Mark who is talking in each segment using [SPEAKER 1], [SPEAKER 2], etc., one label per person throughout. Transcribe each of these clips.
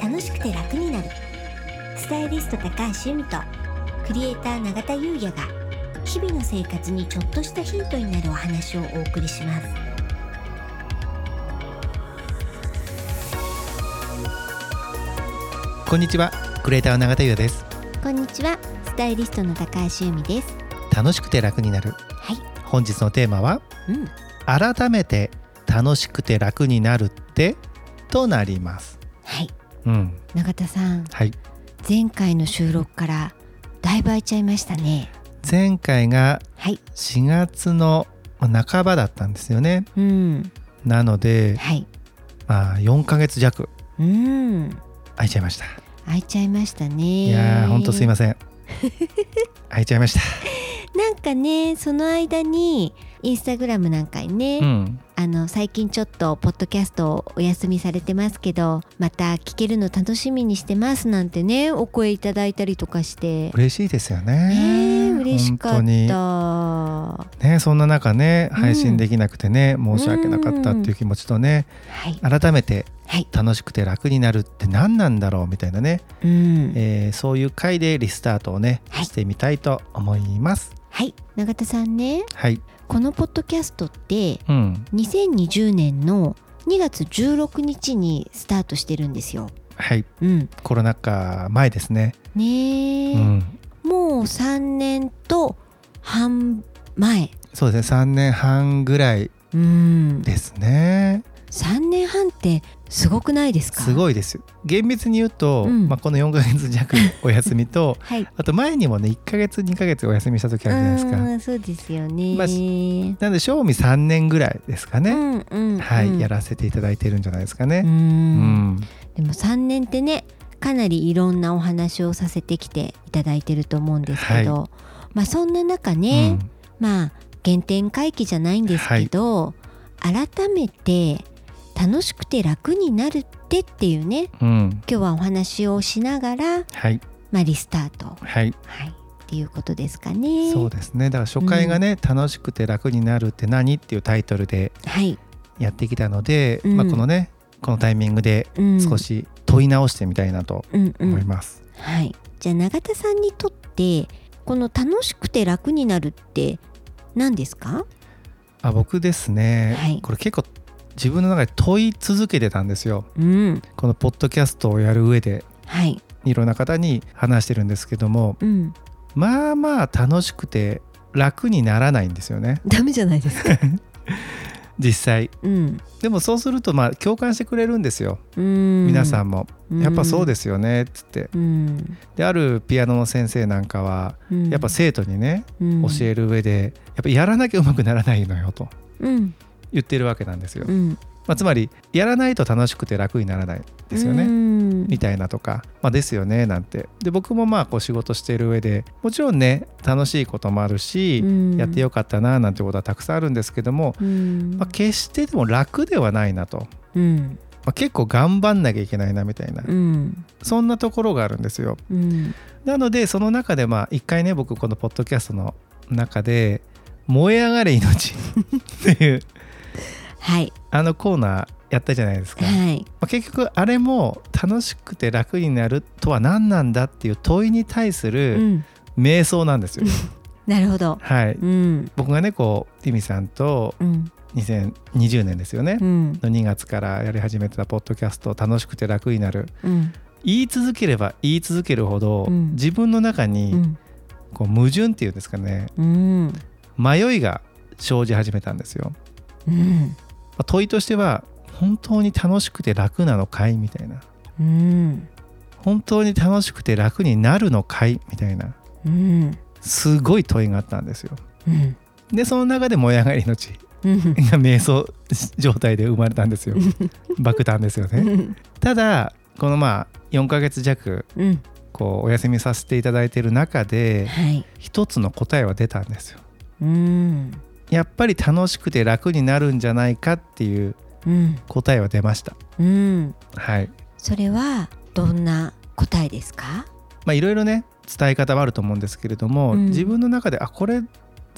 [SPEAKER 1] 楽しくて楽になるスタイリスト高橋由美とクリエイター永田優也が日々の生活にちょっとしたヒントになるお話をお送りします
[SPEAKER 2] こんにちはクリエイターの永田優也です
[SPEAKER 1] こんにちはスタイリストの高橋由美です
[SPEAKER 2] 楽しくて楽になる
[SPEAKER 1] はい
[SPEAKER 2] 本日のテーマは
[SPEAKER 1] うん
[SPEAKER 2] 改めて楽しくて楽になるってとなります
[SPEAKER 1] はい
[SPEAKER 2] うん
[SPEAKER 1] 永田さん
[SPEAKER 2] はい
[SPEAKER 1] 前回の収録からだいぶ空いちゃいましたね
[SPEAKER 2] 前回が
[SPEAKER 1] はい
[SPEAKER 2] 4月の半ばだったんですよね
[SPEAKER 1] うん
[SPEAKER 2] なので
[SPEAKER 1] はい
[SPEAKER 2] まあ4ヶ月弱
[SPEAKER 1] うん
[SPEAKER 2] 空いちゃいました
[SPEAKER 1] 空いちゃいましたね
[SPEAKER 2] いやーほんとすいませ ん空いちゃいました
[SPEAKER 1] なんかねその間にインスタグラムなんかにね、
[SPEAKER 2] うん
[SPEAKER 1] あの最近ちょっとポッドキャストをお休みされてますけどまた聞けるの楽しみにしてますなんてねお声いただいたりとかして
[SPEAKER 2] 嬉しいですよ
[SPEAKER 1] ねえ
[SPEAKER 2] ね
[SPEAKER 1] 嬉しか
[SPEAKER 2] 本当に
[SPEAKER 1] った。
[SPEAKER 2] ねそんな中ね
[SPEAKER 1] うん
[SPEAKER 2] 配信できなくてね、申し訳なかったっていう気持ちとね
[SPEAKER 1] はい、
[SPEAKER 2] 改めて
[SPEAKER 1] はい
[SPEAKER 2] 楽しくて楽になるって何なんだろうみたいなね、
[SPEAKER 1] うん
[SPEAKER 2] えーそういう回でリスタートをね、
[SPEAKER 1] はい
[SPEAKER 2] してみたいと思います
[SPEAKER 1] はい、永田さんね
[SPEAKER 2] はい
[SPEAKER 1] このポッドキャストって
[SPEAKER 2] うん
[SPEAKER 1] 2020年の2月16日にスタートしてるんですよ。
[SPEAKER 2] はい
[SPEAKER 1] うん、
[SPEAKER 2] コロナ禍前ですね、
[SPEAKER 1] ねえ、
[SPEAKER 2] うん
[SPEAKER 1] もう3年と半前。
[SPEAKER 2] そうですね3年半ぐらい
[SPEAKER 1] うん、
[SPEAKER 2] ですね
[SPEAKER 1] 3年半ってすごくないですか
[SPEAKER 2] す
[SPEAKER 1] い、
[SPEAKER 2] ごいですよ厳密に言うと、
[SPEAKER 1] うん
[SPEAKER 2] まあ、この4ヶ月 弱お休みと
[SPEAKER 1] はい、
[SPEAKER 2] あと前にもね1ヶ月2ヶ月お休みした時あるじゃないですか
[SPEAKER 1] うんそうですよね、
[SPEAKER 2] まあなんで賞味3年ぐらいですか
[SPEAKER 1] う
[SPEAKER 2] ね、
[SPEAKER 1] んうんうん
[SPEAKER 2] はいやらせていただいてるんじゃないですか
[SPEAKER 1] う
[SPEAKER 2] ね。うんん、
[SPEAKER 1] でも3年ってねかなりいろんなお話をさせてきていただいてると思うんですけど、まあそんな中ね、まあ原点回帰じゃないんですけど、改めて楽しくて楽になるってっていうね
[SPEAKER 2] うん、うん、
[SPEAKER 1] 今日はお話をしながら、
[SPEAKER 2] はい
[SPEAKER 1] まあ、リスタート、
[SPEAKER 2] はい、
[SPEAKER 1] はい、っていうことですかね。
[SPEAKER 2] そうですね。だから初回がね、楽しくて楽になるって何っていうタイトルで
[SPEAKER 1] はい、
[SPEAKER 2] やってきたので、
[SPEAKER 1] うん
[SPEAKER 2] まあこのねこのタイミングで
[SPEAKER 1] うん、
[SPEAKER 2] 少し問い直してみたいなと
[SPEAKER 1] うんう
[SPEAKER 2] 思い
[SPEAKER 1] ん、
[SPEAKER 2] ます。
[SPEAKER 1] はい。じゃあ永田さんにとってこの楽しくて楽になるって何ですか？
[SPEAKER 2] あ、僕ですね、
[SPEAKER 1] はい
[SPEAKER 2] これ結構自分の中で問い続けてたんですよ。
[SPEAKER 1] うん、
[SPEAKER 2] このポッドキャストをやる上で
[SPEAKER 1] はい、
[SPEAKER 2] いろんな方に話してるんですけども、
[SPEAKER 1] うん、
[SPEAKER 2] まあまあ楽しくて楽にならないんですよね
[SPEAKER 1] ダメじゃないですか？
[SPEAKER 2] 実際
[SPEAKER 1] うん、
[SPEAKER 2] でもそうするとまあ共感してくれるんですよ、
[SPEAKER 1] うん、
[SPEAKER 2] 皆さんも
[SPEAKER 1] うん
[SPEAKER 2] やっぱそうですよねっつって
[SPEAKER 1] うん、
[SPEAKER 2] であるピアノの先生なんかは
[SPEAKER 1] うん、
[SPEAKER 2] やっぱ生徒にね、
[SPEAKER 1] うん
[SPEAKER 2] 教える上でやっぱやらなきゃうまくならないのよと
[SPEAKER 1] うん、
[SPEAKER 2] 言ってるわけなんですよ、
[SPEAKER 1] うん、
[SPEAKER 2] まあ、つまりやらないと楽しくて楽にならないですよね、
[SPEAKER 1] うん、
[SPEAKER 2] みたいなとか、まあ、ですよねなんてで僕もまあこう仕事してる上でもちろんね楽しいこともあるし、
[SPEAKER 1] うん
[SPEAKER 2] やってよかったななんてことはたくさんあるんですけども、
[SPEAKER 1] うん、
[SPEAKER 2] まあ、決してでも楽ではないなと、ま
[SPEAKER 1] うん、
[SPEAKER 2] あ、結構頑張んなきゃいけないなみたいな、
[SPEAKER 1] うん、
[SPEAKER 2] そんなところがあるんですよ
[SPEAKER 1] うん、
[SPEAKER 2] なのでその中でまあ一回ね僕このポッドキャストの中で「燃え上がれ命」っていう
[SPEAKER 1] はい、
[SPEAKER 2] あのコーナーやったじゃないですか、ま
[SPEAKER 1] はい、
[SPEAKER 2] あ、結局あれも楽しくて楽になるとは何なんだっていう問いに対す
[SPEAKER 1] う
[SPEAKER 2] る
[SPEAKER 1] ん、
[SPEAKER 2] 瞑想なんですよ、
[SPEAKER 1] なるほど、
[SPEAKER 2] はい
[SPEAKER 1] うん、
[SPEAKER 2] 僕がねこうティミさんと
[SPEAKER 1] うん、
[SPEAKER 2] 2020年ですよね、
[SPEAKER 1] うん、
[SPEAKER 2] の2月からやり始めてたポッドキャスト楽しくて楽になる
[SPEAKER 1] うん、
[SPEAKER 2] 言い続ければ言い続けるほど、
[SPEAKER 1] うん
[SPEAKER 2] 自分の中
[SPEAKER 1] う
[SPEAKER 2] に
[SPEAKER 1] ん、
[SPEAKER 2] こう矛盾っていうんですかね
[SPEAKER 1] うん、
[SPEAKER 2] 迷いが生じ始めたんですよ、
[SPEAKER 1] うん、
[SPEAKER 2] まあ問いとしては本当に楽しくて楽なのかいみたいな
[SPEAKER 1] うん、
[SPEAKER 2] 本当に楽しくて楽になるのかいみたいな
[SPEAKER 1] うん、
[SPEAKER 2] すごい問いがあったんですよ
[SPEAKER 1] うん、
[SPEAKER 2] でその中で燃え上がりの地
[SPEAKER 1] うん。
[SPEAKER 2] が瞑想状態で生まれたんですよ爆誕ですよねただこのまあ4ヶ月弱
[SPEAKER 1] うん、
[SPEAKER 2] こうお休みさせていただいてる中で
[SPEAKER 1] はい、
[SPEAKER 2] 一つの答えは出たんですよ
[SPEAKER 1] うん、
[SPEAKER 2] やっぱり楽しくて楽になるんじゃないかっていう
[SPEAKER 1] うん、
[SPEAKER 2] 答えは出ました
[SPEAKER 1] うん、
[SPEAKER 2] はい
[SPEAKER 1] それはどんな答えですか？
[SPEAKER 2] まあいろいろね伝え方はあると思うんですけれども、
[SPEAKER 1] うん
[SPEAKER 2] 自分の中であこれ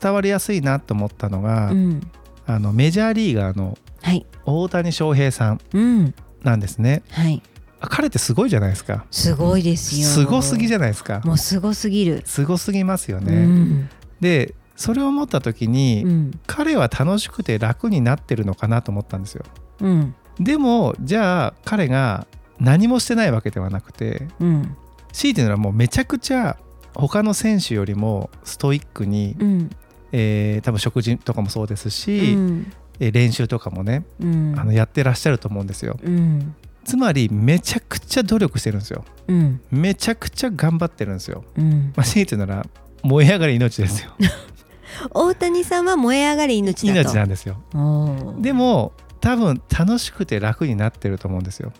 [SPEAKER 2] 伝わりやすいなと思ったのが、
[SPEAKER 1] うん、
[SPEAKER 2] あのメジャーリーガーの
[SPEAKER 1] はい、
[SPEAKER 2] 大谷翔平さん
[SPEAKER 1] うん、
[SPEAKER 2] なんですね
[SPEAKER 1] はい、
[SPEAKER 2] 彼ってすごいじゃないですか
[SPEAKER 1] すごいですよ
[SPEAKER 2] すごすぎじゃないですか
[SPEAKER 1] もうすごすぎる、
[SPEAKER 2] すごすぎますよ
[SPEAKER 1] う
[SPEAKER 2] ね、
[SPEAKER 1] ん
[SPEAKER 2] でそれを思った時に、
[SPEAKER 1] うん
[SPEAKER 2] 彼は楽しくて楽になってるのかなと思ったんですよ
[SPEAKER 1] うん
[SPEAKER 2] でもじゃあ彼が何もしてないわけではなくて
[SPEAKER 1] うん
[SPEAKER 2] 強いて言うのはもうめちゃくちゃ他の選手よりもストイックに、
[SPEAKER 1] うん
[SPEAKER 2] えー多分食事とかもそうです
[SPEAKER 1] う
[SPEAKER 2] し、
[SPEAKER 1] ん
[SPEAKER 2] えー練習とかもね、
[SPEAKER 1] うん
[SPEAKER 2] あのやってらっしゃると思うんですよ
[SPEAKER 1] うん
[SPEAKER 2] つまりめちゃくちゃ努力してるんですよ
[SPEAKER 1] うん
[SPEAKER 2] めちゃくちゃ頑張ってるんですよ、
[SPEAKER 1] うん
[SPEAKER 2] まあ、強いて言うなら燃え上がり命ですよ
[SPEAKER 1] 大谷さんは燃え上がり命だと
[SPEAKER 2] 命なんですよ
[SPEAKER 1] おー
[SPEAKER 2] でも多分楽しくて楽になってると思うんですよ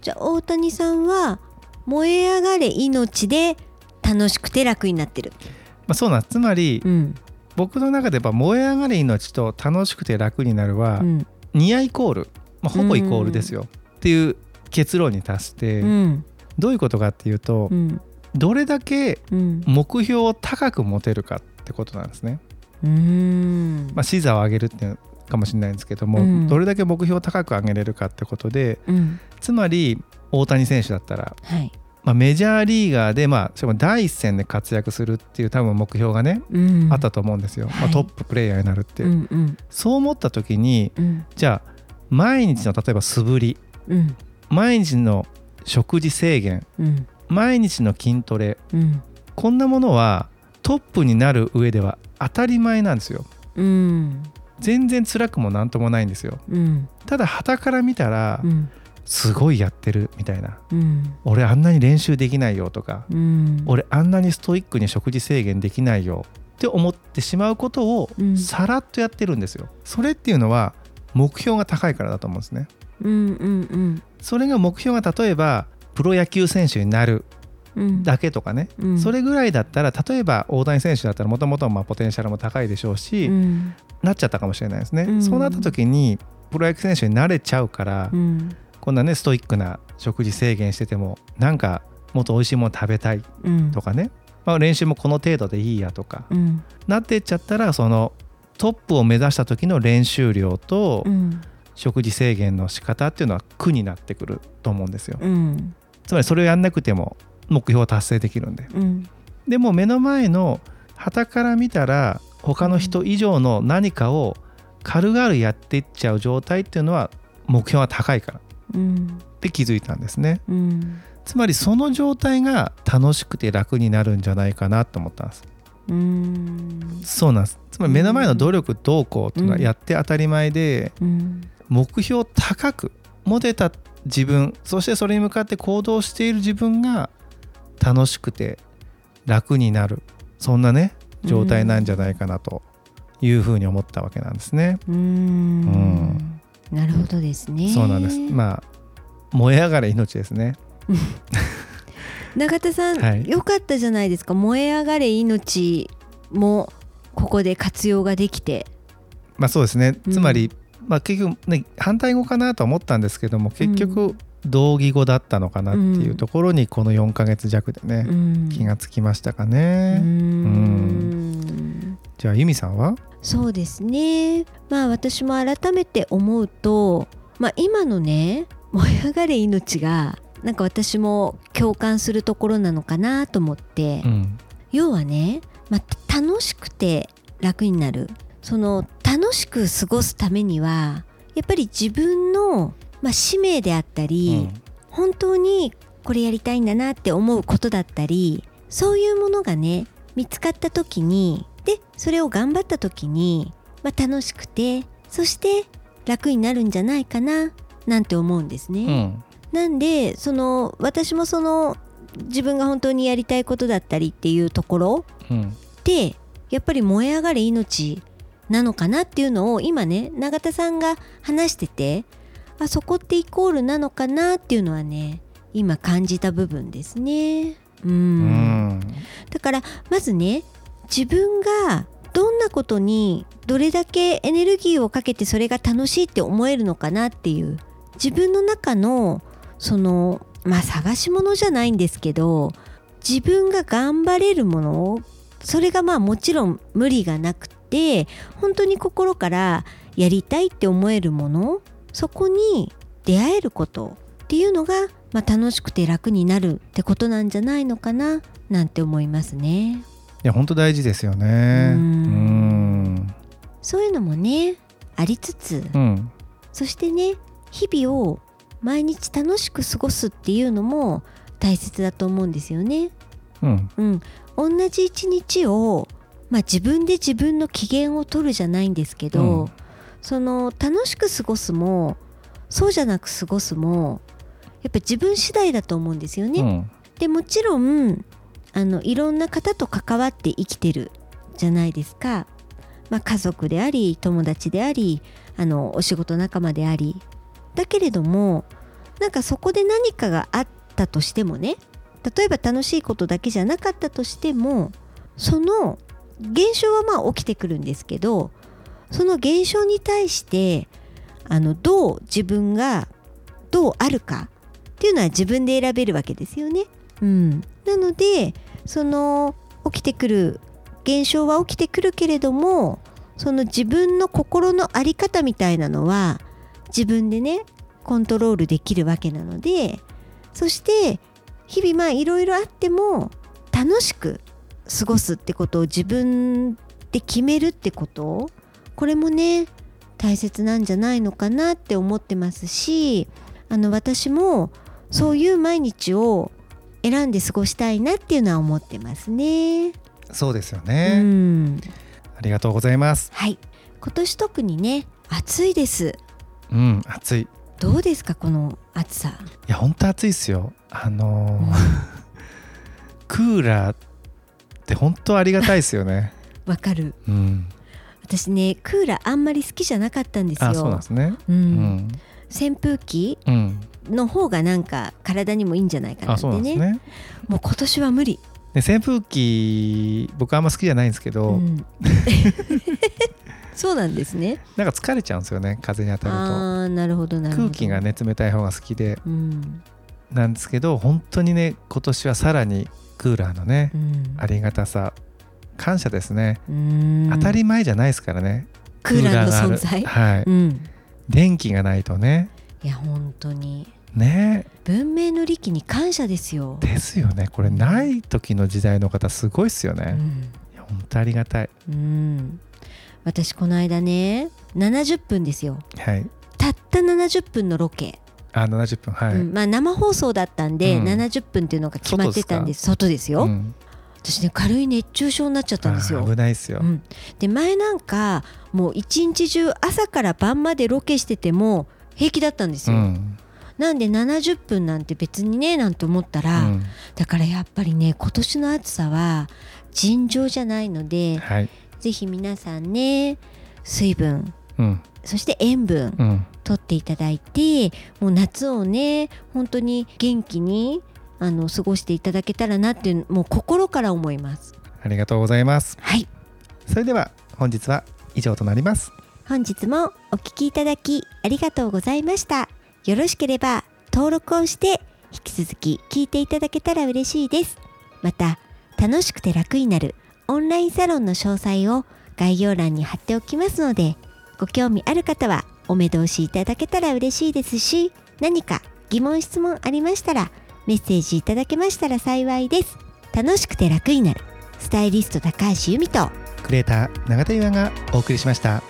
[SPEAKER 1] じゃあ大谷さんは燃え上がれ命で楽しくて楽になってる。
[SPEAKER 2] まあ、そうなんですつまり
[SPEAKER 1] うん
[SPEAKER 2] 僕の中でやっぱ燃え上がり命と楽しくて楽になるは
[SPEAKER 1] うん
[SPEAKER 2] ニアイコール、まあ、ほぼイコールですよっていう結論に達し
[SPEAKER 1] う
[SPEAKER 2] て
[SPEAKER 1] ん
[SPEAKER 2] どういうことかっていうと
[SPEAKER 1] うん
[SPEAKER 2] どれだけ
[SPEAKER 1] うん
[SPEAKER 2] 目標を高く持てるかってことなんですね。
[SPEAKER 1] うん
[SPEAKER 2] まあ、視座を上げるっていうのかもしれないんですけども、
[SPEAKER 1] うん
[SPEAKER 2] どれだけ目標を高く上げれるかってことで
[SPEAKER 1] うん
[SPEAKER 2] つまり大谷選手だったら、
[SPEAKER 1] はい
[SPEAKER 2] まあ、メジャーリーガーで、まあ、しかも第一線で活躍するっていう多分目標がね、
[SPEAKER 1] うん
[SPEAKER 2] あったと思うんですよ、ま
[SPEAKER 1] は
[SPEAKER 2] あ、
[SPEAKER 1] い
[SPEAKER 2] トッププレイヤーになるって、
[SPEAKER 1] うんうん
[SPEAKER 2] そう思った時に
[SPEAKER 1] うん
[SPEAKER 2] じゃあ毎日の例えば素振り
[SPEAKER 1] うん
[SPEAKER 2] 毎日の食事制限
[SPEAKER 1] うん
[SPEAKER 2] 毎日の筋トレ
[SPEAKER 1] うん
[SPEAKER 2] こんなものはトップになる上では当たり前なんですよ
[SPEAKER 1] うん
[SPEAKER 2] 全然辛くもなんともないんですよ
[SPEAKER 1] うん
[SPEAKER 2] ただ傍から見たら
[SPEAKER 1] うん
[SPEAKER 2] すごいやってるみたいな
[SPEAKER 1] うん
[SPEAKER 2] 俺あんなに練習できないよとか
[SPEAKER 1] うん
[SPEAKER 2] 俺あんなにストイックに食事制限できないよって思ってしまうことを
[SPEAKER 1] うん
[SPEAKER 2] さらっとやってるんですよそれっていうのは目標が高いからだと思うんですね
[SPEAKER 1] うんうんうん
[SPEAKER 2] それが目標が例えばプロ野球選手になる
[SPEAKER 1] うん
[SPEAKER 2] だけとかね、
[SPEAKER 1] うん
[SPEAKER 2] それぐらいだったら例えば大谷選手だったらもともとポテンシャルも高いでしょうし、
[SPEAKER 1] うん
[SPEAKER 2] なっちゃったかもしれないですね、
[SPEAKER 1] うん
[SPEAKER 2] そうなった時にプロ野球選手になれちゃうから、
[SPEAKER 1] うん
[SPEAKER 2] こんなねストイックな食事制限しててもなんかもっと美味しいもの食べたい
[SPEAKER 1] うん
[SPEAKER 2] とかね、まあ、練習もこの程度でいいやとか、
[SPEAKER 1] うん
[SPEAKER 2] なってっちゃったらそのトップを目指した時の練習量と
[SPEAKER 1] うん
[SPEAKER 2] 食事制限の仕方っていうのは苦になってくると思うんですよ、
[SPEAKER 1] うん
[SPEAKER 2] つまりそれをやんなくても目標を達成できるんで
[SPEAKER 1] うん
[SPEAKER 2] でも目の前の傍から見たら他の人以上の何かを軽々やっていっちゃう状態っていうのは目標が高いから
[SPEAKER 1] うん
[SPEAKER 2] って気づいたんですね
[SPEAKER 1] うん
[SPEAKER 2] つまりその状態が楽しくて楽になるんじゃないかなと思ったんです
[SPEAKER 1] うん
[SPEAKER 2] そうなんですつまり目の前の努力どうこうっていうのは
[SPEAKER 1] うん
[SPEAKER 2] やって当たり前で
[SPEAKER 1] うん
[SPEAKER 2] 目標を高く持てた自分そしてそれに向かって行動している自分が楽しくて楽になるそんなね状態なんじゃないかなというふうに思ったわけなんですね。
[SPEAKER 1] うー
[SPEAKER 2] うん
[SPEAKER 1] んなるほどですね。
[SPEAKER 2] そうなんですまあ燃え上がれ命ですね。
[SPEAKER 1] 永田さん、
[SPEAKER 2] はい
[SPEAKER 1] よかったじゃないですか。燃え上がれ命もここで活用ができて、
[SPEAKER 2] まあそうですね
[SPEAKER 1] うん
[SPEAKER 2] つまり、まあ、結局、ね、反対語かなと思ったんですけども結局同義語だったのかなっていうところにこの4ヶ月弱でね、
[SPEAKER 1] うん
[SPEAKER 2] 気がつきましたか
[SPEAKER 1] うー
[SPEAKER 2] ね。
[SPEAKER 1] ん
[SPEAKER 2] じゃあ由美さんは、
[SPEAKER 1] そうですね。まあ私も改めて思うと、まあ今のね燃え上がれ命がなんか私も共感するところなのかなと思って。
[SPEAKER 2] うん
[SPEAKER 1] 要はね、まあ、楽しくて楽になるその楽しく過ごすためにはやっぱり自分の、まあ、使命であったり、本当にこれやりたいんだなって思うことだったりそういうものがね見つかった時にでそれを頑張った時に、まあ、楽しくてそして楽になるんじゃないかななんて思うんですね。
[SPEAKER 2] うんうん
[SPEAKER 1] なんでその私もその自分が本当にやりたいことだったりっていうところ
[SPEAKER 2] うん
[SPEAKER 1] ってやっぱり燃え上がれ命なのかなっていうのを今ね永田さんが話しててあそこってイコールなのかなっていうのはね今感じた部分ですね。う
[SPEAKER 2] うんん
[SPEAKER 1] だからまずね自分がどんなことにどれだけエネルギーをかけてそれが楽しいって思えるのかなっていう自分の中のそのまあ探し物じゃないんですけど自分が頑張れるものをそれがまあもちろん無理がなくて本当に心からやりたいって思えるものそこに出会えることってっていうのが、まあ、楽しくて楽になるってことなんじゃないのかななんて思いますね。
[SPEAKER 2] いや本当大事ですよね
[SPEAKER 1] う
[SPEAKER 2] うんん
[SPEAKER 1] そういうのもねありつつ、
[SPEAKER 2] うん
[SPEAKER 1] そしてね日々を毎日楽しく過ごすっていうのも大切だと思うんですよね。
[SPEAKER 2] うん
[SPEAKER 1] うん、同じ一日を、まあ、自分で自分の機嫌を取るじゃないんですけど、
[SPEAKER 2] うん
[SPEAKER 1] その楽しく過ごすもそうじゃなく過ごすもやっぱ自分次第だと思うんですよね。
[SPEAKER 2] うん
[SPEAKER 1] でもちろんあのいろんな方と関わって生きてるじゃないですか、まあ、家族であり友達でありあのお仕事仲間でありだけれどもなんかそこで何かがあったとしてもね例えば楽しいことだけじゃなかったとしてもその現象はまあ起きてくるんですけどその現象に対してあのどう自分がどうあるかっていうのは自分で選べるわけですよね。うん、なのでその起きてくる現象は起きてくるけれどもその自分の心の在り方みたいなのは自分でねコントロールできるわけなのでそして日々まあいろいろあっても楽しく過ごすってことを自分で決めるってことこれもね大切なんじゃないのかなって思ってますしあの私もそういう毎日を選んで過ごしたいなっていうのは思ってますね。
[SPEAKER 2] そうですよ
[SPEAKER 1] う
[SPEAKER 2] ね、
[SPEAKER 1] ん
[SPEAKER 2] ありがとうございます
[SPEAKER 1] はい今年特にね暑いです。
[SPEAKER 2] うん暑いい
[SPEAKER 1] どうですかこの暑さ。
[SPEAKER 2] や本当暑いですよあのークーラーって本当ありがたいですよね
[SPEAKER 1] わかる。
[SPEAKER 2] うん
[SPEAKER 1] 私ねクーラーあんまり好きじゃなかったんですよ。
[SPEAKER 2] あそうなんですね
[SPEAKER 1] う
[SPEAKER 2] うんん
[SPEAKER 1] 扇風機
[SPEAKER 2] うん
[SPEAKER 1] の方がなんか体にもいいんじゃないかな
[SPEAKER 2] あ
[SPEAKER 1] っ
[SPEAKER 2] そ
[SPEAKER 1] て
[SPEAKER 2] うな
[SPEAKER 1] ね
[SPEAKER 2] んですね
[SPEAKER 1] もう今年は無理、
[SPEAKER 2] で扇風機僕あんま好きじゃないんですけど、
[SPEAKER 1] うん、 そうなんですね
[SPEAKER 2] なんか疲れちゃうんですよね風に当たると
[SPEAKER 1] ああーなるほどなるほど
[SPEAKER 2] 空気がね冷たい方が好きで
[SPEAKER 1] うん、
[SPEAKER 2] なんですけど本当にね今年はさらにクーラーのね
[SPEAKER 1] う、ん
[SPEAKER 2] ありがたさ感謝ですね、
[SPEAKER 1] うん
[SPEAKER 2] 当たり前じゃないですからね
[SPEAKER 1] クーラー
[SPEAKER 2] があ
[SPEAKER 1] の
[SPEAKER 2] る
[SPEAKER 1] 存在
[SPEAKER 2] はい、
[SPEAKER 1] うん
[SPEAKER 2] 電気がないとね
[SPEAKER 1] いや本当に
[SPEAKER 2] ね
[SPEAKER 1] 文明の利器に感謝ですよ、
[SPEAKER 2] ですよねこれない時の時代の方すごいっすよ
[SPEAKER 1] う
[SPEAKER 2] ね、
[SPEAKER 1] ん
[SPEAKER 2] いや本当ありがたい
[SPEAKER 1] うん、私この間ね70分ですよ
[SPEAKER 2] はい
[SPEAKER 1] たった70分のロケ、
[SPEAKER 2] あ70分はい、
[SPEAKER 1] うんまあ、生放送だったんで、
[SPEAKER 2] うん
[SPEAKER 1] 70分っていうのが決まってたんです外ですよ、
[SPEAKER 2] うん
[SPEAKER 1] 私ね軽い熱中症になっちゃったんです
[SPEAKER 2] あ
[SPEAKER 1] よ
[SPEAKER 2] ー危ないっすよ、
[SPEAKER 1] うん、で前なんかもう一日中朝から晩までロケしてても平気だったんです
[SPEAKER 2] う
[SPEAKER 1] よ、
[SPEAKER 2] ん
[SPEAKER 1] なんで70分なんて別にねなんて思ったら、
[SPEAKER 2] うん
[SPEAKER 1] だからやっぱりね今年の暑さは尋常じゃないので
[SPEAKER 2] はい
[SPEAKER 1] ぜひ皆さんね水分
[SPEAKER 2] うん
[SPEAKER 1] そして塩分
[SPEAKER 2] うん
[SPEAKER 1] 取っていただいてもう夏をね本当に元気にあの過ごしていただけたらなっていうもう心から思います。
[SPEAKER 2] ありがとうございます
[SPEAKER 1] はい
[SPEAKER 2] それでは本日は以上となります
[SPEAKER 1] 本日もお聞きいただきありがとうございました。よろしければ登録をして引き続き聞いていただけたら嬉しいです。また、楽しくて楽になるオンラインサロンの詳細を概要欄に貼っておきますので、ご興味ある方はお目通しいただけたら嬉しいですし、何か疑問質問ありましたらメッセージいただけましたら幸いです。楽しくて楽になるスタイリスト高橋由美と
[SPEAKER 2] クレーター永田優愛がお送りしました